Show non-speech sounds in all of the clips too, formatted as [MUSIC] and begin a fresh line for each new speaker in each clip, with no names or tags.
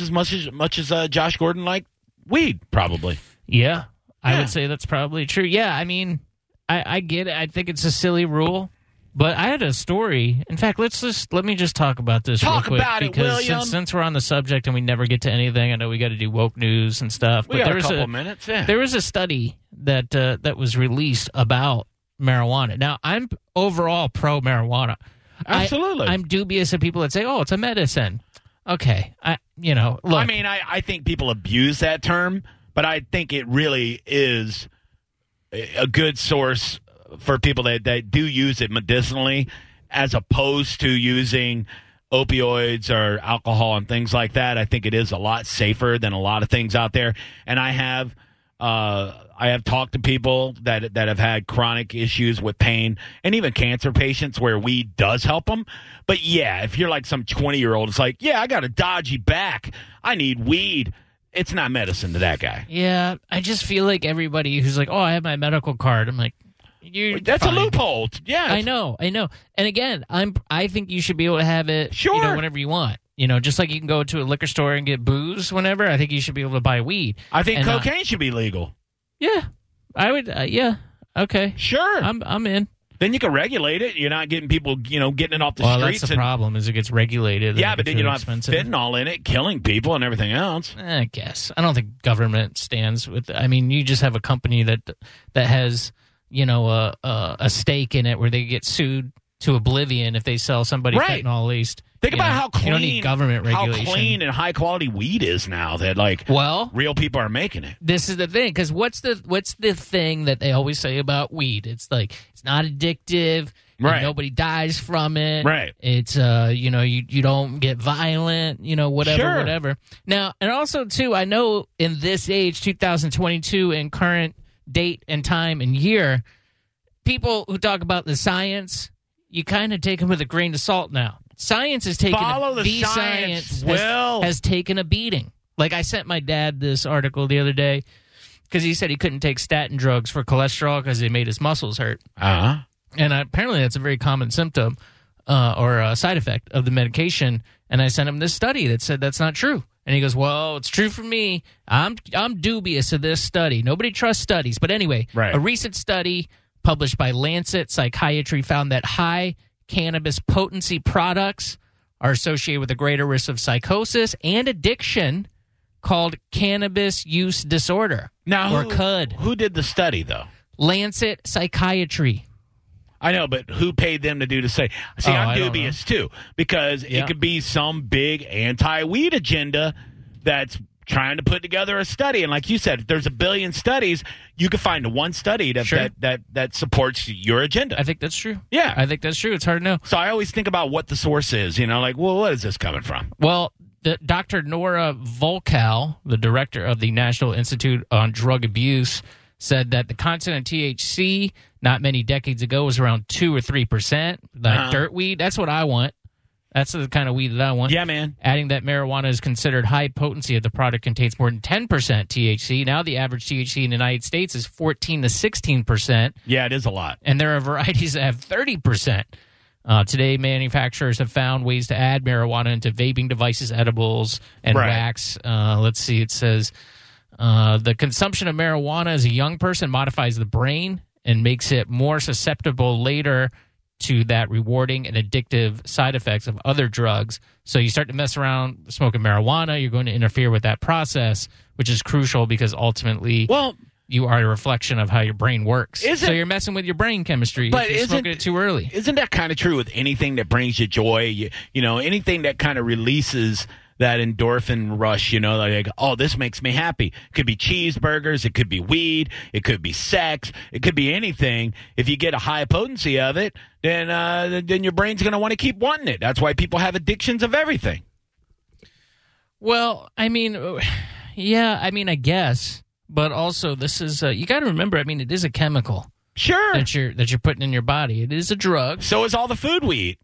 as much as much as uh, Josh Gordon liked weed, probably.
Yeah, I
Yeah.
would say that's probably true. Yeah, I mean, I, I get it. I think it's a silly rule, but I had a story. In fact, let's just let me just talk about this.
Talk
real quick,
about it,
because
William.
Since, since we're on the subject and we never get to anything, I know we got to do woke news and stuff.
We
but
got
there
a
was
couple minutes. Yeah.
there was a study that uh, that was released about marijuana. Now, I'm overall pro marijuana. I-
Absolutely.
I'm dubious of people that say, "Oh, it's a medicine." Okay, I you know, look,
I mean, I, I think people abuse that term, but I think it really is a a good source for people that, that do use it medicinally as opposed to using opioids or alcohol and things like that. I think it is a lot safer than a lot of things out there. And I have uh, I have talked to people that that have had chronic issues with pain and even cancer patients where weed does help them. But yeah, if you're like some 20 year old, it's like, yeah, I got a dodgy back. I need weed. It's not medicine to that guy.
Yeah, I just feel like everybody who's like, "Oh, I have my medical card." I'm like, "You
That's
fine."
a loophole. Yeah,
I know, I know. And again, I'm I think you should be able to have it you know,
Sure.
whenever you want. You know, just like you can go to a liquor store and get booze whenever, I think you should be able to buy weed.
I think
And, uh,
cocaine should be legal.
Yeah. I would uh, yeah. Okay.
Sure.
I'm I'm in.
then you can regulate it. You're not getting people, you know, getting it off the
well,
streets.
that's the
and-
problem is it gets regulated. and
yeah,
it
but
gets
then you
really
don't have
expensive.
fentanyl in it, killing people and everything else.
Eh, I guess I don't think government stands with. I mean, you just have a company that that has you know a a, a stake in it where they get sued to oblivion if they sell somebody
Right.
fentanyl laced.
Think
You
about
know,
how clean
you don't need government regulation.
How clean and high quality weed is now that like
Well,
real people are making it.
this is the thing because what's the what's the thing that they always say about weed it's like it's not addictive and
Right.
nobody dies from it
Right.
it's uh you know you you don't get violent you know whatever
Sure.
whatever now and also too i know in this age 2022 and current date and time and year people who talk about the science you kind of take them with a grain of salt now science is taking
Follow the science,
science has-
Will.
has taken a beating. Like I sent my dad this article the other day because he said he couldn't take statin drugs for cholesterol because they made his muscles hurt,
Uh huh.
and I, apparently that's a very common symptom uh, or a side effect of the medication. And I sent him this study that said that's not true. And he goes, "Well, it's true for me. I'm I'm dubious of this study. Nobody trusts studies, but anyway,
Right.
a recent study published by Lancet Psychiatry found that high cannabis potency products are associated with a greater risk of psychosis and addiction called cannabis use disorder
Now
or
who,
could
who did the study though?
Lancet Psychiatry.
I know, but who paid them to do the study? See,
Oh, I
I'm
don't
dubious too because
Yeah.
it could be some big anti-weed agenda that's trying to put together a study. And like you said, if there's a billion studies, you could find one study that
Sure.
that, that that supports your agenda.
I think that's true.
Yeah.
I think that's true. It's hard to know.
so I always think about what the source is. You know, like, well, what is this coming from?
Well, the, Dr. Nora Volkow, the director of the National Institute on Drug Abuse, said that the content of THC not many decades ago was around 2 or 3%. Like
Uh-huh.
dirt weed, that's what I want. That's the kind of weed that I want.
Yeah, man.
Adding that marijuana is considered high potency if the product contains more than 10% THC. Now the average THC in the United States is 14 to 16%
Yeah, it is a lot.
and there are varieties that have 30%. Uh, today, manufacturers have found ways to add marijuana into vaping devices, edibles, and
Right.
wax. Uh, let's see, it says uh, the consumption of marijuana as a young person modifies the brain and makes it more susceptible later to that rewarding and addictive side effects of other drugs. So you start to mess around smoking marijuana, you're going to interfere with that process, which is crucial because ultimately
Well,
you are a reflection of how your brain works.
Isn't-
so you're messing with your brain chemistry.
But
if you're
isn't-
smoking it too early.
isn't that kind of true with anything that brings you joy? You, you know, anything that kind of releases that endorphin rush, you know, like, oh, this makes me happy. It could be cheeseburgers, it could be weed, it could be sex, it could be anything. If you get a high potency of it, then uh, th- then your brain's going to want to keep wanting it. That's why people have addictions of everything.
Well, I mean, [SIGHS] yeah, I mean, I guess, but also this is uh, you got to remember. I mean, it is a chemical
Sure.
that you're that you're putting in your body. It is a drug.
So is all the food we eat.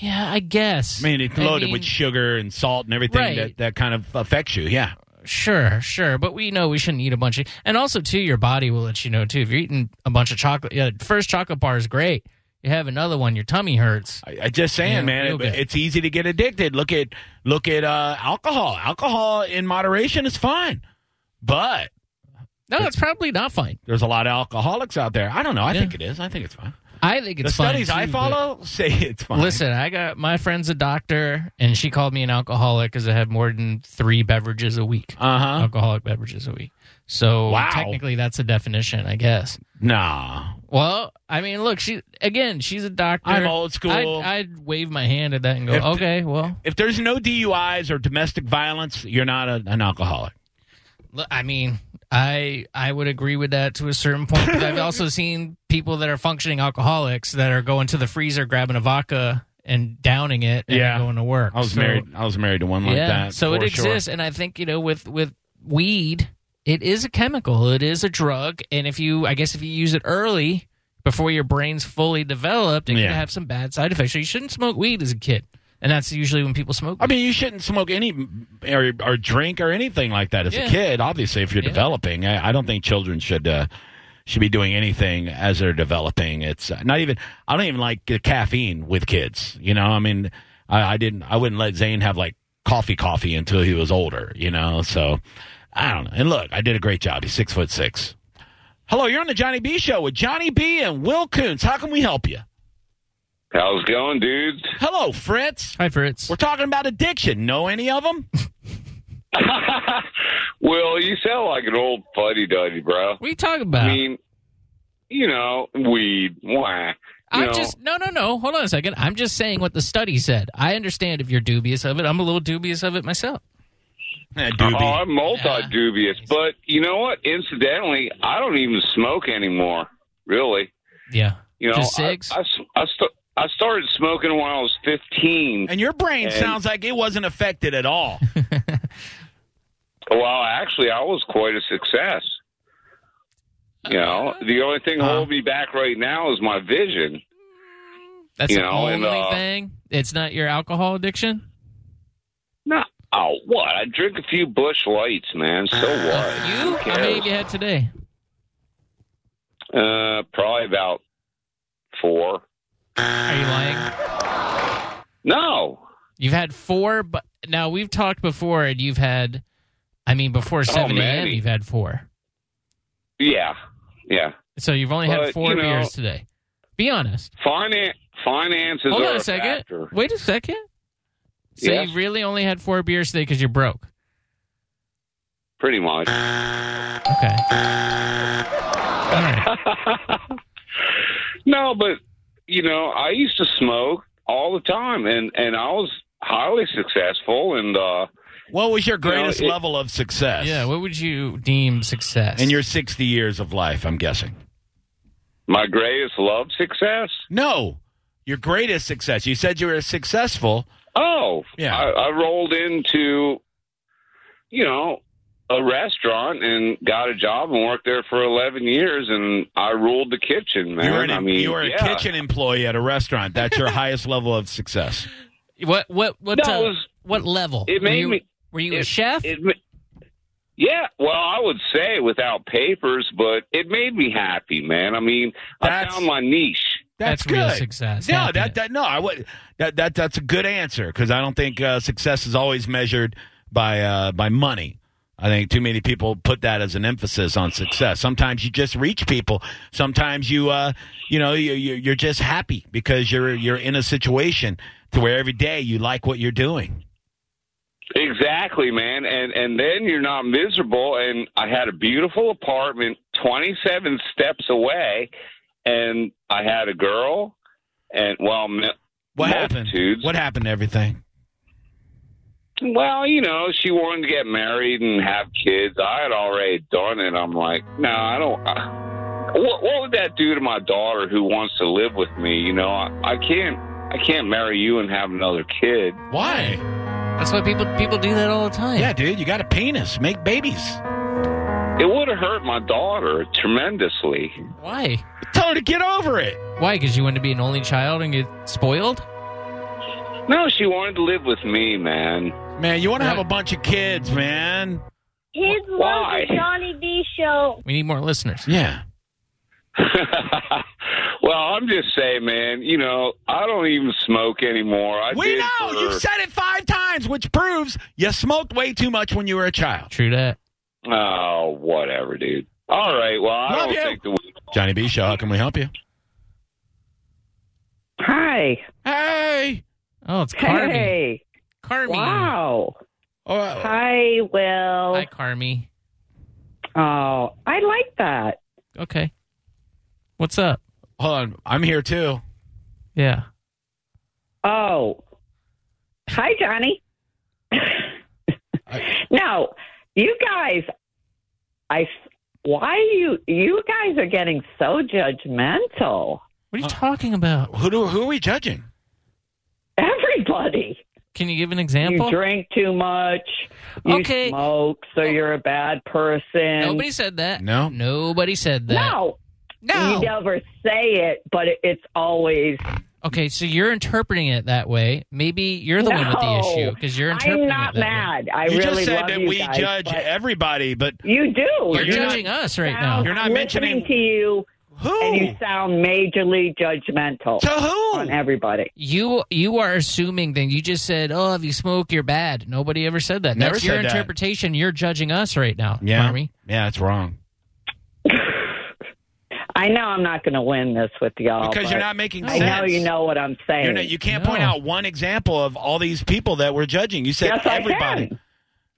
Yeah, I guess.
I mean, it's loaded
mean,
with sugar and salt and everything
Right.
that, that kind of affects you. Yeah.
Sure, sure, but we know we shouldn't eat a bunch of, and also too, your body will let you know too. If you're eating a bunch of chocolate, yeah, first chocolate bar is great. you have another one, your tummy hurts.
I, I just saying,
Yeah,
man,
real
it-
good.
it's easy to get addicted. Look at look at uh, alcohol. Alcohol in moderation is fine, but
No, it's probably not fine.
there's a lot of alcoholics out there. I don't know. I
Yeah.
think it is. I think it's fine.
I think
The
it's fine.
studies I
too, but-
follow say it's fine.
Listen, I got my friend's a doctor, and she called me an alcoholic because I had more than three beverages a week,
uh huh.
alcoholic beverages a week. So
Wow.
technically, that's a definition, I guess.
Nah,
Well, I mean, look, she again, she's a doctor.
I'm old school.
I'd, I'd wave my hand at that and go,
If-
okay, well,
if there's no DUIs or domestic violence, you're not a, an alcoholic.
look, I mean, I I would agree with that to a certain point. But
[LAUGHS]
I've also seen people that are functioning alcoholics that are going to the freezer, grabbing a vodka, and downing it, and
Yeah.
going to work.
I was
So-
married. I was married to one like
yeah.
that.
So it
for sure.
exists, and I think you know with with weed, it is a chemical. It is a drug, and if you, I guess, if you use it early before your brain's fully developed, it
Yeah.
can have some bad side effects. So you shouldn't smoke weed as a kid, and that's usually when people smoke.
I mean, you shouldn't smoke any or, or drink or anything like that as a
Yeah.
kid. Obviously, if you're
Yeah.
developing, I, I don't think children should uh, should be doing anything as they're developing. It's uh, not even. I don't even like the caffeine with kids. You know, I mean, I, I didn't. I wouldn't let Zane have like coffee, coffee until he was older. You know, so I don't know. And look, I did a great job. He's six foot six. Hello, you're on the Johnny B Show with Johnny B and Will Coons. How can we help you?
How's it going, dudes? [LAUGHS]
Hello, Fritz.
Hi, Fritz.
We're talking about addiction. Know any of them?
well, you sound like an old fuddy duddy, bro.
What are you talking about?
I mean, you know, weed. Wah.
I'm
know.
just no, no, no. Hold on a second. I'm just saying what the study said. I understand if you're dubious of it. I'm a little dubious of it myself.
Eh,
Oh,
doobie.
I'm multi dubious, but you know what? Incidentally, I don't even smoke anymore. Really,
Yeah.
you know,
Just
I-
cigs?
I, s- I st- I started smoking when I was 15.
And your brain
And-
sounds like it wasn't affected at all.
Well, actually, I was quite a success. You know, the only thing
Uh-huh.
holding me back right now is my vision.
That's
You
the
know,
only
and, uh,
thing. It's not your alcohol addiction.
No, oh, what? I drink a few bush lights, man. So
[LAUGHS]
what?
You?
Who
How many have you
cares?
had today?
Uh, probably about four.
Are you lying?
No,
Uh, You've had four, but now we've talked before, and you've had, I mean,
Oh,
before seven a.m.
many.
You've had four,
yeah, yeah.
so you've only had
But,
four
you know-
beers today. Be honest.
Finan- finances
Hold
are
on a second.
factor.
Wait a second. So
Yes.
you really only had four beers today because you're broke.
Pretty much. [LAUGHS]
Okay. All
Uh,
right.
no, but you know, I used to smoke all the time, and and I was highly successful, and uh,
What was your
know,
greatest
it-
level of success?
Yeah. What would you deem success?
in your 60 years of life, I'm guessing.
my greatest love success.
No, your greatest success. You said you were successful.
Oh,
Yeah.
I, I rolled into, you know, a restaurant and got a job and worked there for 11 years, and I ruled the kitchen, man.
you were an,
I mean,
you were a
yeah.
kitchen employee at a restaurant. That's your highest level of success.
what what what
No,
uh,
it was-
what level?
It
were
made
you,
me.
Were you a
it-
chef?
It, ma- yeah, well, I would say without papers, but it made me happy, man. I mean, I
That's-
found my niche.
That's,
real
good.
success.
No,
happiness.
that, that no, I would that that that's a good answer because I don't think uh, success is always measured by uh, by money. I think too many people put that as an emphasis on success. Sometimes you just reach people. Sometimes you uh, you know you, you you're just happy because you're you're in a situation to where every day you like what you're doing.
Exactly, man. And and then you're not miserable and I had a beautiful apartment 27 steps away and I had a girl and well m-
What happened?
Multitudes.
What happened to everything?
well, you know, she wanted to get married and have kids. I had already done it. I'm like, no, I don't I, what, what would that do to my daughter who wants to live with me? You know, I, I can't I can't marry you and have another kid.
Why?
That's why people people do that all the time.
Yeah, dude, you got a penis. Make babies.
It would have hurt my daughter tremendously.
Why?
Tell her to get over it.
Why? Because you want to be an only child and get spoiled?
No, she wanted to live with me, man.
Man, you want to have
Right.
a bunch of kids, man.
Kids
Why?
love the Johnny B show.
We need more listeners.
Yeah.
[LAUGHS] Well, I'm just saying, man. You know, I don't even smoke anymore. I
we
did
know
for-
you've said it five times, which proves you smoked way too much when you were a child.
True that.
Oh, whatever, dude. All right. Well, I
Love
don't
you.
think the weed.
Johnny B. Show, how can we help you?
Hi.
Hey,
Oh, it's Carmi.
Hey.
Carmi.
Wow.
uh,
Hi, Will.
Hi, Carmi.
Oh, I like that.
Okay. What's up?
hold on, I'm here too.
Yeah.
Oh. Hi,
[LAUGHS]
Johnny.
I-
no, you guys, I, why you, you guys are getting so judgmental.
What are you
Uh,
talking about?
Who do who are we judging?
Everybody.
Can you give an
You
example?
drink too much. You
Okay.
smoke, so you're a bad person.
Nobody said that.
No.
Nobody said that.
no,
No.
you never say it, but it, it's always.
Okay, so you're interpreting it that way. Maybe you're the one with the
No.
issue because you're interpreting
I'm not
it that way.
mad. I
you
really
just said
love
that
you
we
guys,
judge
but
everybody, but
You do.
You're,
You're not-
judging us right
sound-
now.
You're not
I'm
mentioning-
listening to you, and
who?
you sound majorly judgmental
To
on
who?
everybody.
You you are assuming then you just said, "Oh, if you smoke, you're bad." Nobody ever said that.
Never
That's your
said that.
interpretation. You're judging us right now,
Yeah.
Marmy.
Yeah, it's wrong
I know I'm not going to win this with y'all
because
Oh, but
you're not making
I
sense.
know you know what I'm saying.
You're not, you can't point
No.
out one example of all these people that we're judging. You said
yes,
everybody.
I can.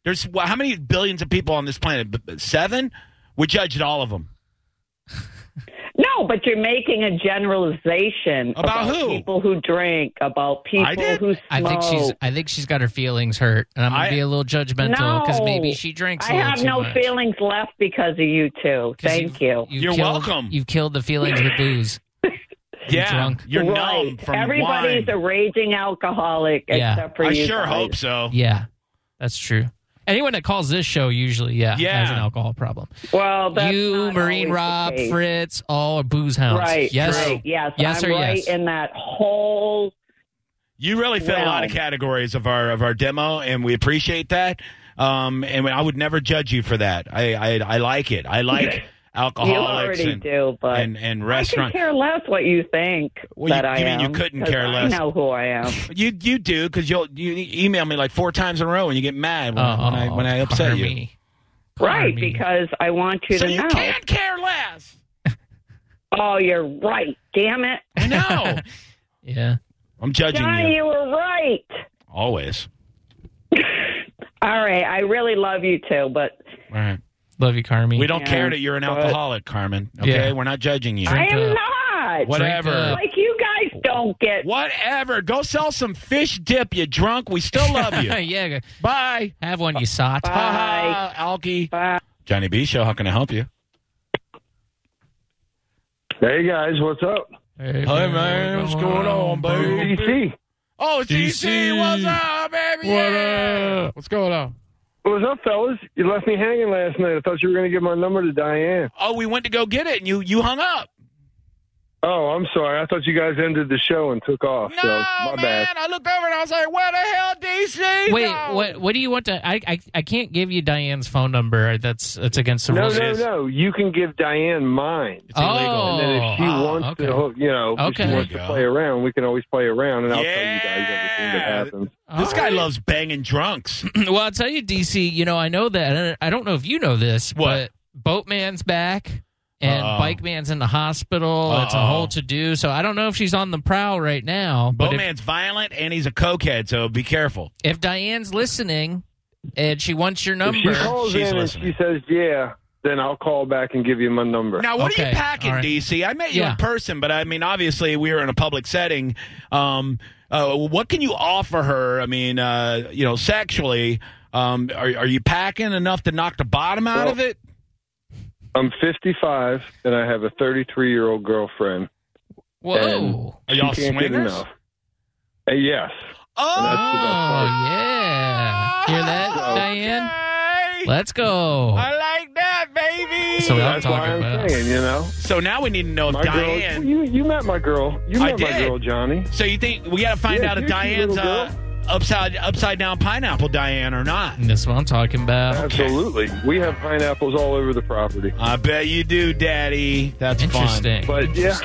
There's wh- how many billions of people on this planet? B- b- Seven. We judged all of them.
No, but you're making a generalization
About who?
People who drink, about
I
people
did.
who smoke.
I think she's I think she's got her feelings hurt, and I'm gonna
I-
be a little judgmental because
No.
maybe she drinks. a
I
little
have
too
no
much.
feelings left because of you two.
'Cause
Thank you.
you've
You're
killed-
welcome.
You've killed the feelings
[LAUGHS]
with booze.
yeah,
drunk.
you're
right.
numb from
Everybody's
wine.
a raging alcoholic
Yeah.
except for
I
you.
sure
guys.
hope so.
Yeah, that's true. Anyone that calls this show usually, yeah,
Yeah.
has an alcohol problem.
Well, that's
you,
not always
Marine
the
Rob,
case.
Fritz, all are booze hounds.
right?
Yes.
right. yes,
Yes
I'm
or
right
yes?
in that whole.
You really fit a lot of
Well.
categories of our of our demo, and we appreciate that. Um, and I would never judge you for that. I I, I like it. I like
[LAUGHS] You
alcoholics
already
and,
do, but
and and
I could
restaurant.
care less what you think
Well, you-
that I
you mean
am.
you couldn't
'cause
care less.
I know who
[LAUGHS]
I am.
You you do because you'll you email me like four times in a row, and you get mad when, when I when I
Oh,
upset you.
Carmi.
right,
Carmi.
because I want you
So
to
you
know.
can't care less.
Oh, you're right. Damn it,
I
[LAUGHS]
know.
yeah.
I'm judging
Johnny,
you
you were right.
always.
All right, I really love you too, but
All right.
Love you, Carmi. [LAUGHS]
We don't
Yeah,
care that you're an
but-
alcoholic, Carmen. Okay,
Yeah.
we're not judging you.
I
Drink
am
up.
not.
Whatever.
Drink
Like you guys don't get.
Whatever. Go sell some fish dip. You drunk? We still love you.
[LAUGHS] yeah.
Bye.
Have one, you sot.
Bye.
Ha ha. Alky.
Bye.
Johnny B. Show. How can I help you?
Hey guys, what's up?
Hey,
DC.
Oh, it's
DC.
DC. What's up, baby?
What
Yeah.
up? What's going on?
What's up, fellas? You left me hanging last night. I thought you were going to give my number to Diane.
Oh, we went to go get it, and you you hung up.
Oh, I'm sorry. I thought you guys ended the show and took off.
No,
so Oh, my
man.
bad.
I looked over and I was like, "Where the hell, DC?"
Wait,
No.
what? What do you want to? I, I I can't give you Diane's phone number. That's that's against the
No,
rules.
no,
Roses.
no. You can give Diane mine.
It's
Oh,
And then if she
ah,
wants
okay.
to, hook, you know,
Okay.
if she wants
There you
to
go.
play around, we can always play around, and I'll tell you guys everything
Yeah.
that happens.
This
All
guy
right.
loves banging drunks.
[CLEARS THROAT] well, I'll tell you, DC. You know, I know that. and I don't know if you know this,
What?
but Boatman's back and
Uh-oh.
Bike Man's in the hospital. It's a
Uh-oh.
whole to do. So I don't know if she's on the prowl right now. But if,
Bowman's violent and he's a cokehead, so be careful.
if Diane's listening and she wants your
If she
number,
calls
She's
in
listening.
and she says, yeah, then I'll call back and give you my number.
Now, what are
Okay,
you packing,
all right.
DC? I met you
Yeah.
in person, but I mean, obviously, we were in a public setting. Um, uh, what can you offer her? I mean, uh, you know, sexually, um, are, are you packing enough to knock the bottom out
Well-
of it?
I'm 55, and I have a 33-year-old girlfriend.
whoa.
Are
She
y'all
can't get
swingers?
enough. Uh, yes.
Oh,
that's the best part.
yeah. Hear that,
So-
Diane?
Okay.
Let's go.
I like that, baby.
So-
So,
what I'm
That's why
talking
I'm
about.
saying, you know.
now we need to know if
My
Diane.
girl, you, you met my girl. You
I
met my
did.
girl, Johnny.
So you think we got to find
Yeah,
out if
you're a cute
Diane's
little
uh, upside upside down pineapple Diane or not?
That's what I'm talking about.
Absolutely. We have pineapples all over the property.
I bet you do, Daddy. That's fun.
Interesting.
But yeah,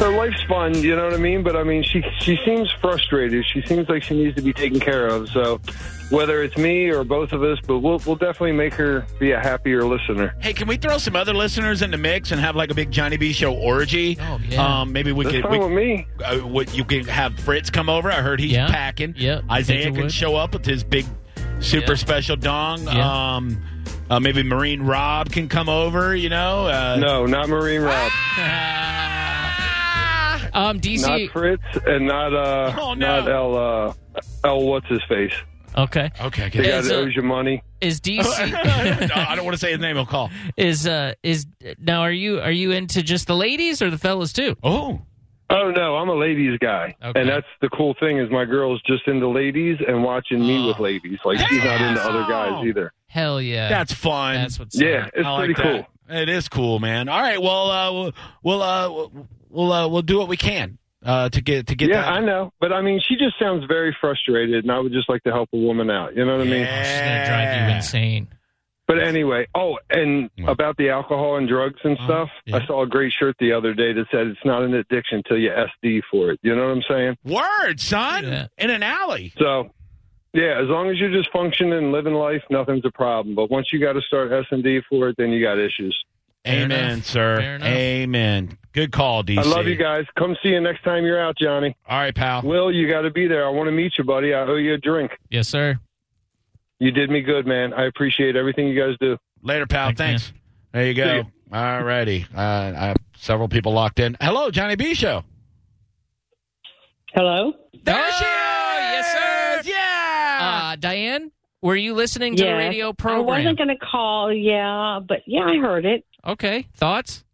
her life's fun, you know what I mean? But I mean, she she seems frustrated. She seems like she needs to be taken care of. So whether it's me or both of us, but we'll we'll definitely make her be a happier listener.
Hey, can we throw some other listeners in the mix and have like a big Johnny B show orgy?
Oh, yeah.
Um, maybe we
That's
could.
fine
We,
with me.
uh, what you can have Fritz come over. I heard he's
Yeah.
packing.
Yeah.
Isaiah
Hazelwood.
can show up with his big, super
Yeah.
special dong.
Yeah.
Um, uh, maybe Marine Rob can come over. You know. Uh,
No, not Marine Rob,
Ah,
Um,
not
DC.
Fritz, and not uh,
Oh, no.
not El uh, El what's his face?
Okay.
[LAUGHS] Okay.
The
Good.
guy
Is,
that
uh,
owes you money.
Is
[LAUGHS]
DC
No, [LAUGHS] I don't want to say his name. He'll call.
[LAUGHS] is uh is now are you are you into just the ladies or the fellas too?
Oh.
Oh no, I'm a ladies guy,
Okay.
and that's the cool thing is my girl's just into ladies and watching me
Oh.
with ladies. Like she's not into other guys either.
Hell yeah.
That's fun.
That's what's
Yeah, it's
I
pretty
like
cool.
that. It is cool, man. All right, well, uh, we'll- we'll uh, we'll uh, we'll do what we can uh, to get to get
Yeah,
that.
I know, but I mean, she just sounds very frustrated, and I would just like to help a woman out. You know what I mean?
She's gonna drive you
Yeah.
insane.
But anyway, oh, and
What?
about the alcohol and drugs and
Uh-huh,
stuff,
yeah.
I saw a great shirt the other day that said it's not an addiction till you SD for it. You know what I'm saying?
Word, son,
Yeah.
in an alley.
So, yeah, as long as you're just functioning and living life, nothing's a problem. But once you got to start S and D for it, then you got issues.
Fair
Amen,
enough.
sir.
Fair enough.
Amen. Good call, DC.
I love you guys. Come see you next time you're out, Johnny.
All right, pal.
Will, you got to be there. I want to meet you, buddy. I owe you a drink.
Yes, sir.
You did me good, man. I appreciate everything you guys do.
Later, pal.
Thanks,
Thanks. There you go. All righty. Uh, I have several people locked in. Hello, Johnny B. Show.
Hello?
There
Oh,
she is.
yes, sir.
Yeah.
Uh, Diane, were you listening to the
Yes.
radio
I
program?
wasn't going to call, yeah, but yeah, I heard it.
okay. Thoughts?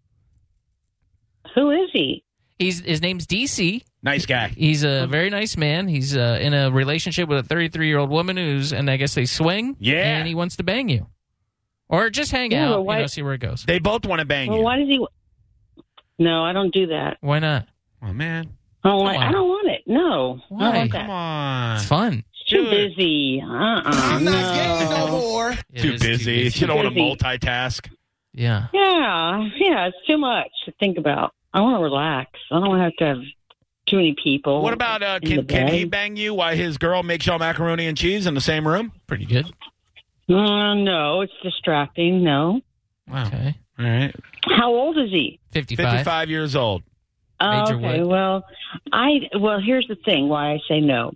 Who is he?
He's his name's DC.
nice guy.
He's a
Um,
very nice man. He's uh, in a relationship with a 33 year old woman who's, and I guess they swing.
Yeah.
And he wants to bang you, or just hang
Yeah,
out.
but why-
You know, see where it goes.
They both want to bang
Well,
you.
why does he? No, I don't do that.
Why not?
Oh, man.
I don't, want,
Come on.
I don't want it. No, I
Why?
don't want
Come
that.
on.
It's fun.
It's too
Dude.
busy. Uh, uh
more.
It
too
is too
busy.
busy.
She don't want to
Busy.
multitask.
Yeah.
Yeah, yeah, it's too much to think about. I want to relax. I don't want to have to have too many people.
What about uh,
in the
can can he
bed.
bang you while his girl makes y'all macaroni and cheese in the same room?
Pretty good.
Uh, no, it's distracting. No.
Wow.
Okay.
All right.
How old is he?
55.
55 years old.
Oh,
Major
okay.
what?
Well, I well here's the thing. Why I say no.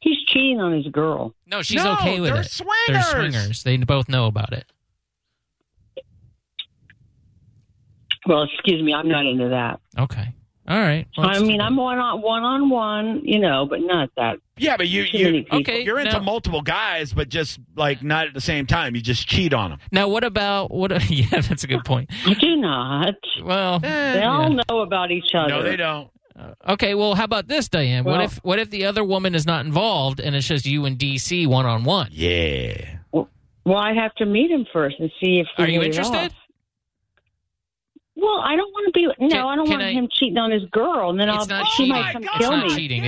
He's cheating on his girl.
No, she's
No,
okay with
they're
it.
Swingers.
They're swingers. They both know about it.
Well, excuse me, I'm not into that.
Okay. All right. Well,
I
it's-
mean, I'm one on one on one, you know, but not that.
Yeah, but you
Too
you
many people.
Okay.
you're into
now-
multiple guys, but just like not at the same time. You just cheat on them.
Now, what about what? [LAUGHS] Yeah, that's a good point.
I do not. [LAUGHS]
Well,
They
yeah.
all know about each
Eh.
other.
No, they don't.
okay. Well, how about this, Diane?
Well-
what if what if the other woman is not involved and it's just you and DC one on one?
Yeah.
Well, I have to meet him first and see if. we
Are you
hit it
interested?
off. Well, I don't want to be. No,
Can-
I don't
can
want
I-
him cheating on his girl, and then
It's
I'll.
not
she
cheating.
might come
Oh my
It's
kill
God.
not
me.
cheating.